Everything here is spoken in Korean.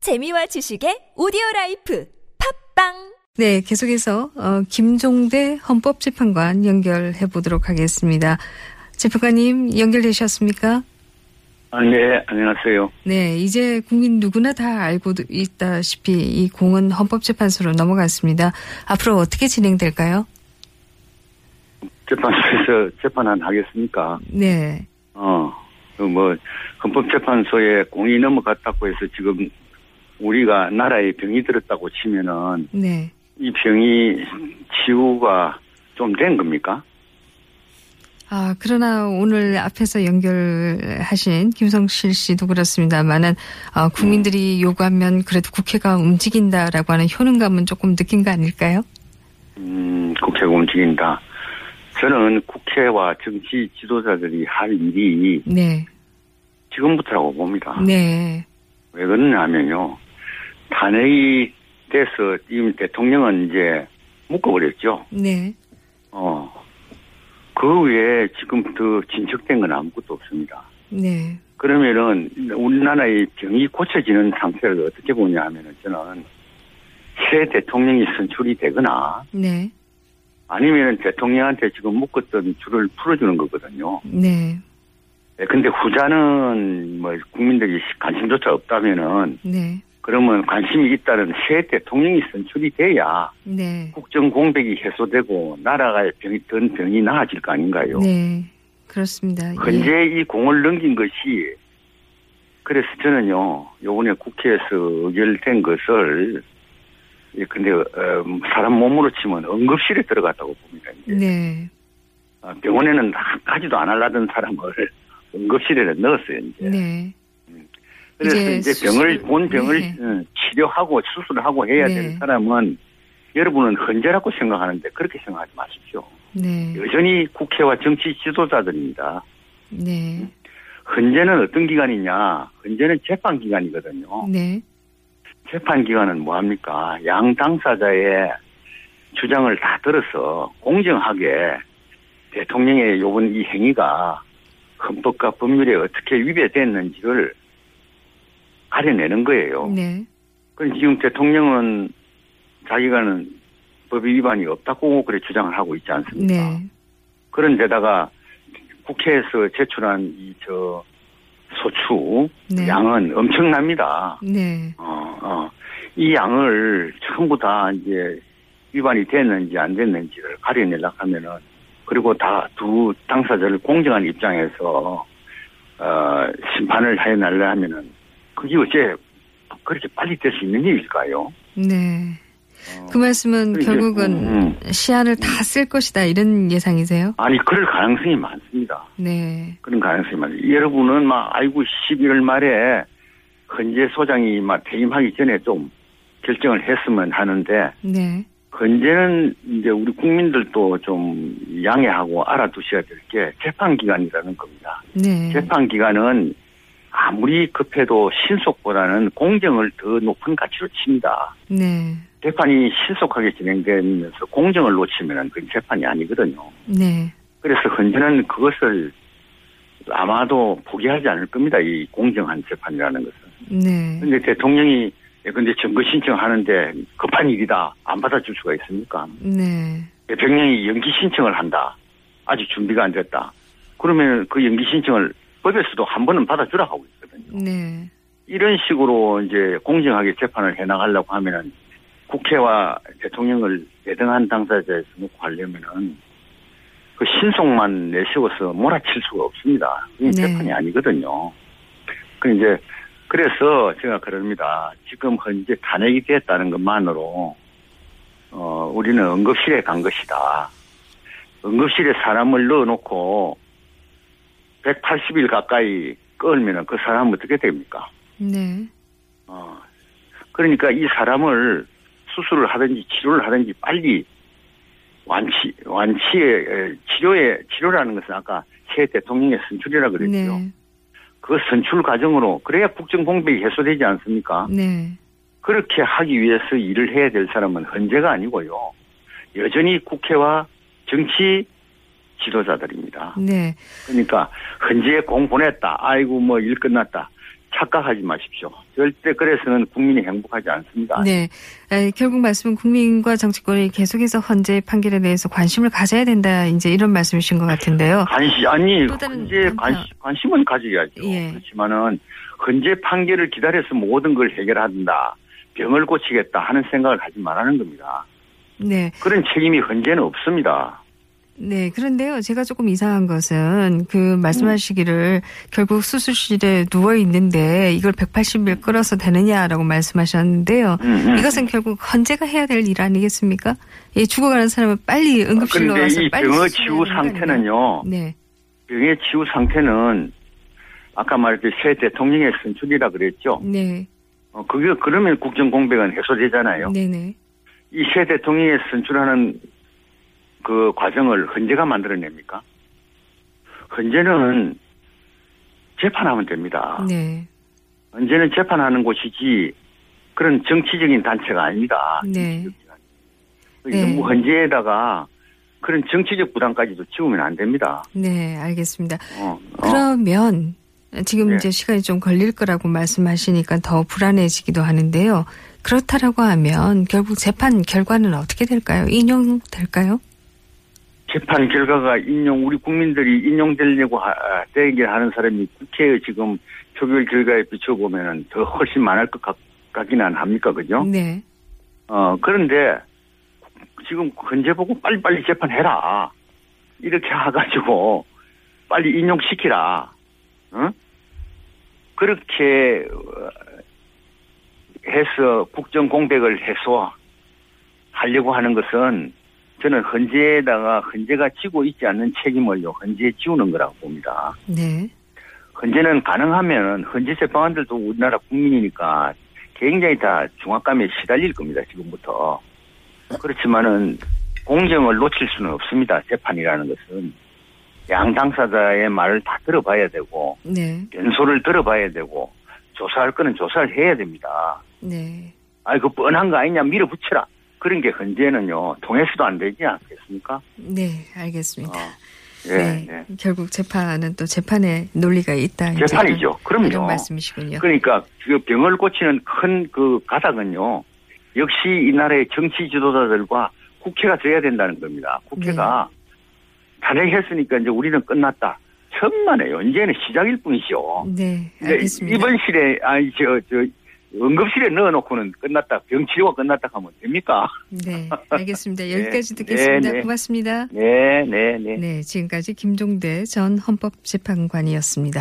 재미와 지식의 오디오 라이프 팝빵 네, 계속해서 어, 김종대 헌법재판관 연결해 보도록 하겠습니다. 재판관님 연결되셨습니까? 아, 네, 안녕하세요. 네, 이제 국민 누구나 다 알고 있다시피 이 공은 헌법재판소로 넘어갔습니다. 앞으로 어떻게 진행될까요? 재판소에서 재판 안 하겠습니까? 네, 어, 그 뭐, 헌법재판소에 공이 넘어갔다고 해서 지금 우리가 나라에 병이 들었다고 치면은 네. 이 병이 치유가 좀 된 겁니까? 아, 그러나 오늘 앞에서 연결하신 김성실 씨도 그렇습니다만은 어, 국민들이 요구하면 그래도 국회가 움직인다라고 하는 효능감은 조금 느낀 거 아닐까요? 음, 국회가 움직인다. 저는 국회와 정치 지도자들이 할 일이 네, 지금부터라고 봅니다. 네, 왜 그러냐면요. 탄핵이 돼서 지금 대통령은 이제 묶어버렸죠. 네. 어. 그 외에 지금 더 진척된 건 아무것도 없습니다. 네. 그러면은 우리나라의 병이 고쳐지는 상태를 어떻게 보냐 하면은 저는 새 대통령이 선출이 되거나 네. 아니면은 대통령한테 지금 묶었던 줄을 풀어주는 거거든요. 네. 예, 근데 후자는 뭐 국민들이 관심조차 없다면은 네. 그러면 관심이 있다는 새 대통령이 선출이 돼야 네. 국정 공백이 해소되고 나라가 병이 든 병이 나아질 거 아닌가요? 네. 그렇습니다. 예. 현재 이 공을 넘긴 것이 그래서 저는요 요번에 국회에서 의결된 것을 예, 근데 어, 사람 몸으로 치면 응급실에 들어갔다고 봅니다. 이제. 네. 아, 병원에는 다 가지도 안 하려던 사람을 응급실에 넣었어요. 이제. 네. 그래서 이제 이제, 병을 수술, 본 병을 네. 응, 치료하고 수술하고 해야 네. 되는 사람은 여러분은 헌재라고 생각하는데 그렇게 생각하지 마십시오. 네. 여전히 국회와 정치 지도자들입니다. 네. 헌재는 어떤 기관이냐? 헌재는 재판 기관이거든요. 네. 재판 기관은 뭐 합니까? 양 당사자의 주장을 다 들어서 공정하게 대통령의 요번 이 행위가 헌법과 법률에 어떻게 위배됐는지를 가려내는 거예요. 네. 그럼 지금 대통령은 자기가는 법 위반이 없다고 그래 주장을 하고 있지 않습니까? 네. 그런데다가 국회에서 제출한 이 저 소추 네. 양은 엄청납니다. 네. 어, 어. 이 양을 전부 다 이제 위반이 됐는지 안 됐는지를 가려내려고 하면은 그리고 다 두 당사자를 공정한 입장에서 어, 심판을 해내려 하면은 그게 어째 그렇게 빨리 될 수 있는 일일까요? 네. 어, 그 말씀은 이게, 결국은 음, 음. 시안을 다 쓸 것이다 이런 예상이세요? 아니 그럴 가능성이 많습니다. 네. 그런 가능성이 많아요. 여러분은 막 아이고 11월 말에 헌재 소장이 막 퇴임하기 전에 좀 결정을 했으면 하는데 네. 헌재는 이제 우리 국민들도 좀 양해하고 알아두셔야 될 게 재판 기간이라는 겁니다. 네. 재판 기간은 아무리 급해도 신속보다는 공정을 더 높은 가치로 칩니다. 네. 재판이 신속하게 진행되면서 공정을 놓치면 그건 재판이 아니거든요. 네. 그래서 헌재는 그것을 아마도 포기하지 않을 겁니다. 이 공정한 재판이라는 것은. 네. 근데 대통령이 예, 근데 증거 신청하는데 급한 일이다. 안 받아줄 수가 있습니까? 네. 대통령이 연기 신청을 한다. 아직 준비가 안 됐다. 그러면 그 연기 신청을 법에서도 한 번은 받아주라 하고 있거든요. 네. 이런 식으로 이제 공정하게 재판을 해나가려고 하면은 국회와 대통령을 대등한 당사자에서 놓고 하려면은 그 신속만 내세워서 몰아칠 수가 없습니다. 이게 네. 재판이 아니거든요. 그 이제 그래서 제가 그럽니다. 지금 현재 탄핵이 됐다는 것만으로 어 우리는 응급실에 간 것이다. 응급실에 사람을 넣어놓고 180일 가까이 끌면은 그 사람 어떻게 됩니까? 네. 어. 그러니까 이 사람을 수술을 하든지 치료를 하든지 빨리 완치, 완치에, 에, 치료에, 치료라는 것은 아까 새 대통령의 선출이라 그랬죠. 네. 그 선출 과정으로, 그래야 국정 공백이 해소되지 않습니까? 네. 그렇게 하기 위해서 일을 해야 될 사람은 헌재가 아니고요. 여전히 국회와 정치 지도자들입니다. 네. 그러니까 헌재에 공 보냈다. 아이고 뭐 일 끝났다. 착각하지 마십시오. 절대 그래서는 국민이 행복하지 않습니다. 네. 에, 결국 말씀은 국민과 정치권이 계속해서 헌재 판결에 대해서 관심을 가져야 된다. 이제 이런 말씀이신 것 같은데요. 관심 아니 또 다른 현재 한편. 관심 관심은 가져야죠. 예. 그렇지만은 현재 판결을 기다려서 모든 걸 해결한다. 병을 고치겠다 하는 생각을 하지 말라는 겁니다. 네. 그런 책임이 현재는 없습니다. 네. 그런데요. 제가 조금 이상한 것은 그 말씀하시기를 결국 수술실에 누워 있는데 이걸 180일 끌어서 되느냐라고 말씀하셨는데요. 음, 음. 이것은 결국 헌재가 해야 될 일 아니겠습니까? 이 죽어가는 사람은 빨리 응급실로 그런데 가서 이 빨리 수술해야 병의 치유 되는 거 아닌가요? 상태는요. 네. 병의 치유 상태는 아까 말했듯이 새 대통령의 선출이라 그랬죠. 네. 어, 그게 그러면 국정 공백은 해소되잖아요. 네, 네. 이 새 대통령의 선출하는 그 과정을 헌재가 만들어냅니까? 헌재는 재판하면 됩니다. 네. 헌재는 재판하는 곳이지 그런 정치적인 단체가 아니다. 네. 그러니까 네. 너무 헌재에다가 그런 정치적 부담까지도 지우면 안 됩니다. 네, 알겠습니다. 어, 어. 그러면 지금 네. 이제 시간이 좀 걸릴 거라고 말씀하시니까 더 불안해지기도 하는데요. 그렇다라고 하면 결국 재판 결과는 어떻게 될까요? 인용될까요? 재판 결과가 인용 우리 국민들이 인용되려고 하, 아, 되게 하는 사람이 국회의 지금 표결 결과에 비춰보면은 더 훨씬 많을 것 같, 같긴 안 합니까 그죠? 네. 어 그런데 지금 현재 보고 빨리빨리 재판해라 이렇게 해가지고 빨리 인용시키라 응? 그렇게 어, 해서 국정 공백을 해소하려고 하는 것은 저는 헌재에다가 헌재가 지고 있지 않는 책임을요 헌재에 지우는 거라고 봅니다. 네. 헌재는 가능하면 헌재 재판관들도 우리나라 국민이니까 굉장히 다 중압감에 시달릴 겁니다 지금부터 그렇지만은 공정을 놓칠 수는 없습니다 재판이라는 것은 양 당사자의 말을 다 들어봐야 되고 네. 연소를 들어봐야 되고 조사할 거는 조사를 해야 됩니다 네. 아이 그 뻔한 거 아니냐 밀어붙여라 그런 게 헌재는요 통해서도 안 되지 않겠습니까? 네. 알겠습니다. 어, 예, 네. 예. 결국 재판은 또 재판의 논리가 있다. 이제 재판이죠. 이런, 그럼요. 이런 말씀이시군요. 그러니까 그 병을 고치는 큰 그 가닥은요. 역시 이 나라의 정치 지도자들과 국회가 돼야 된다는 겁니다. 국회가 네. 탄핵했으니까 이제 우리는 끝났다. 천만에요. 이제는 시작일 뿐이죠. 네. 근데 알겠습니다. 입원실에 아니 저 저 응급실에 넣어놓고는 끝났다. 병 치료가 끝났다 하면 됩니까? 네. 알겠습니다. 여기까지 네, 듣겠습니다. 네. 고맙습니다. 네, 네, 네. 네, 지금까지 김종대 전 헌법재판관이었습니다.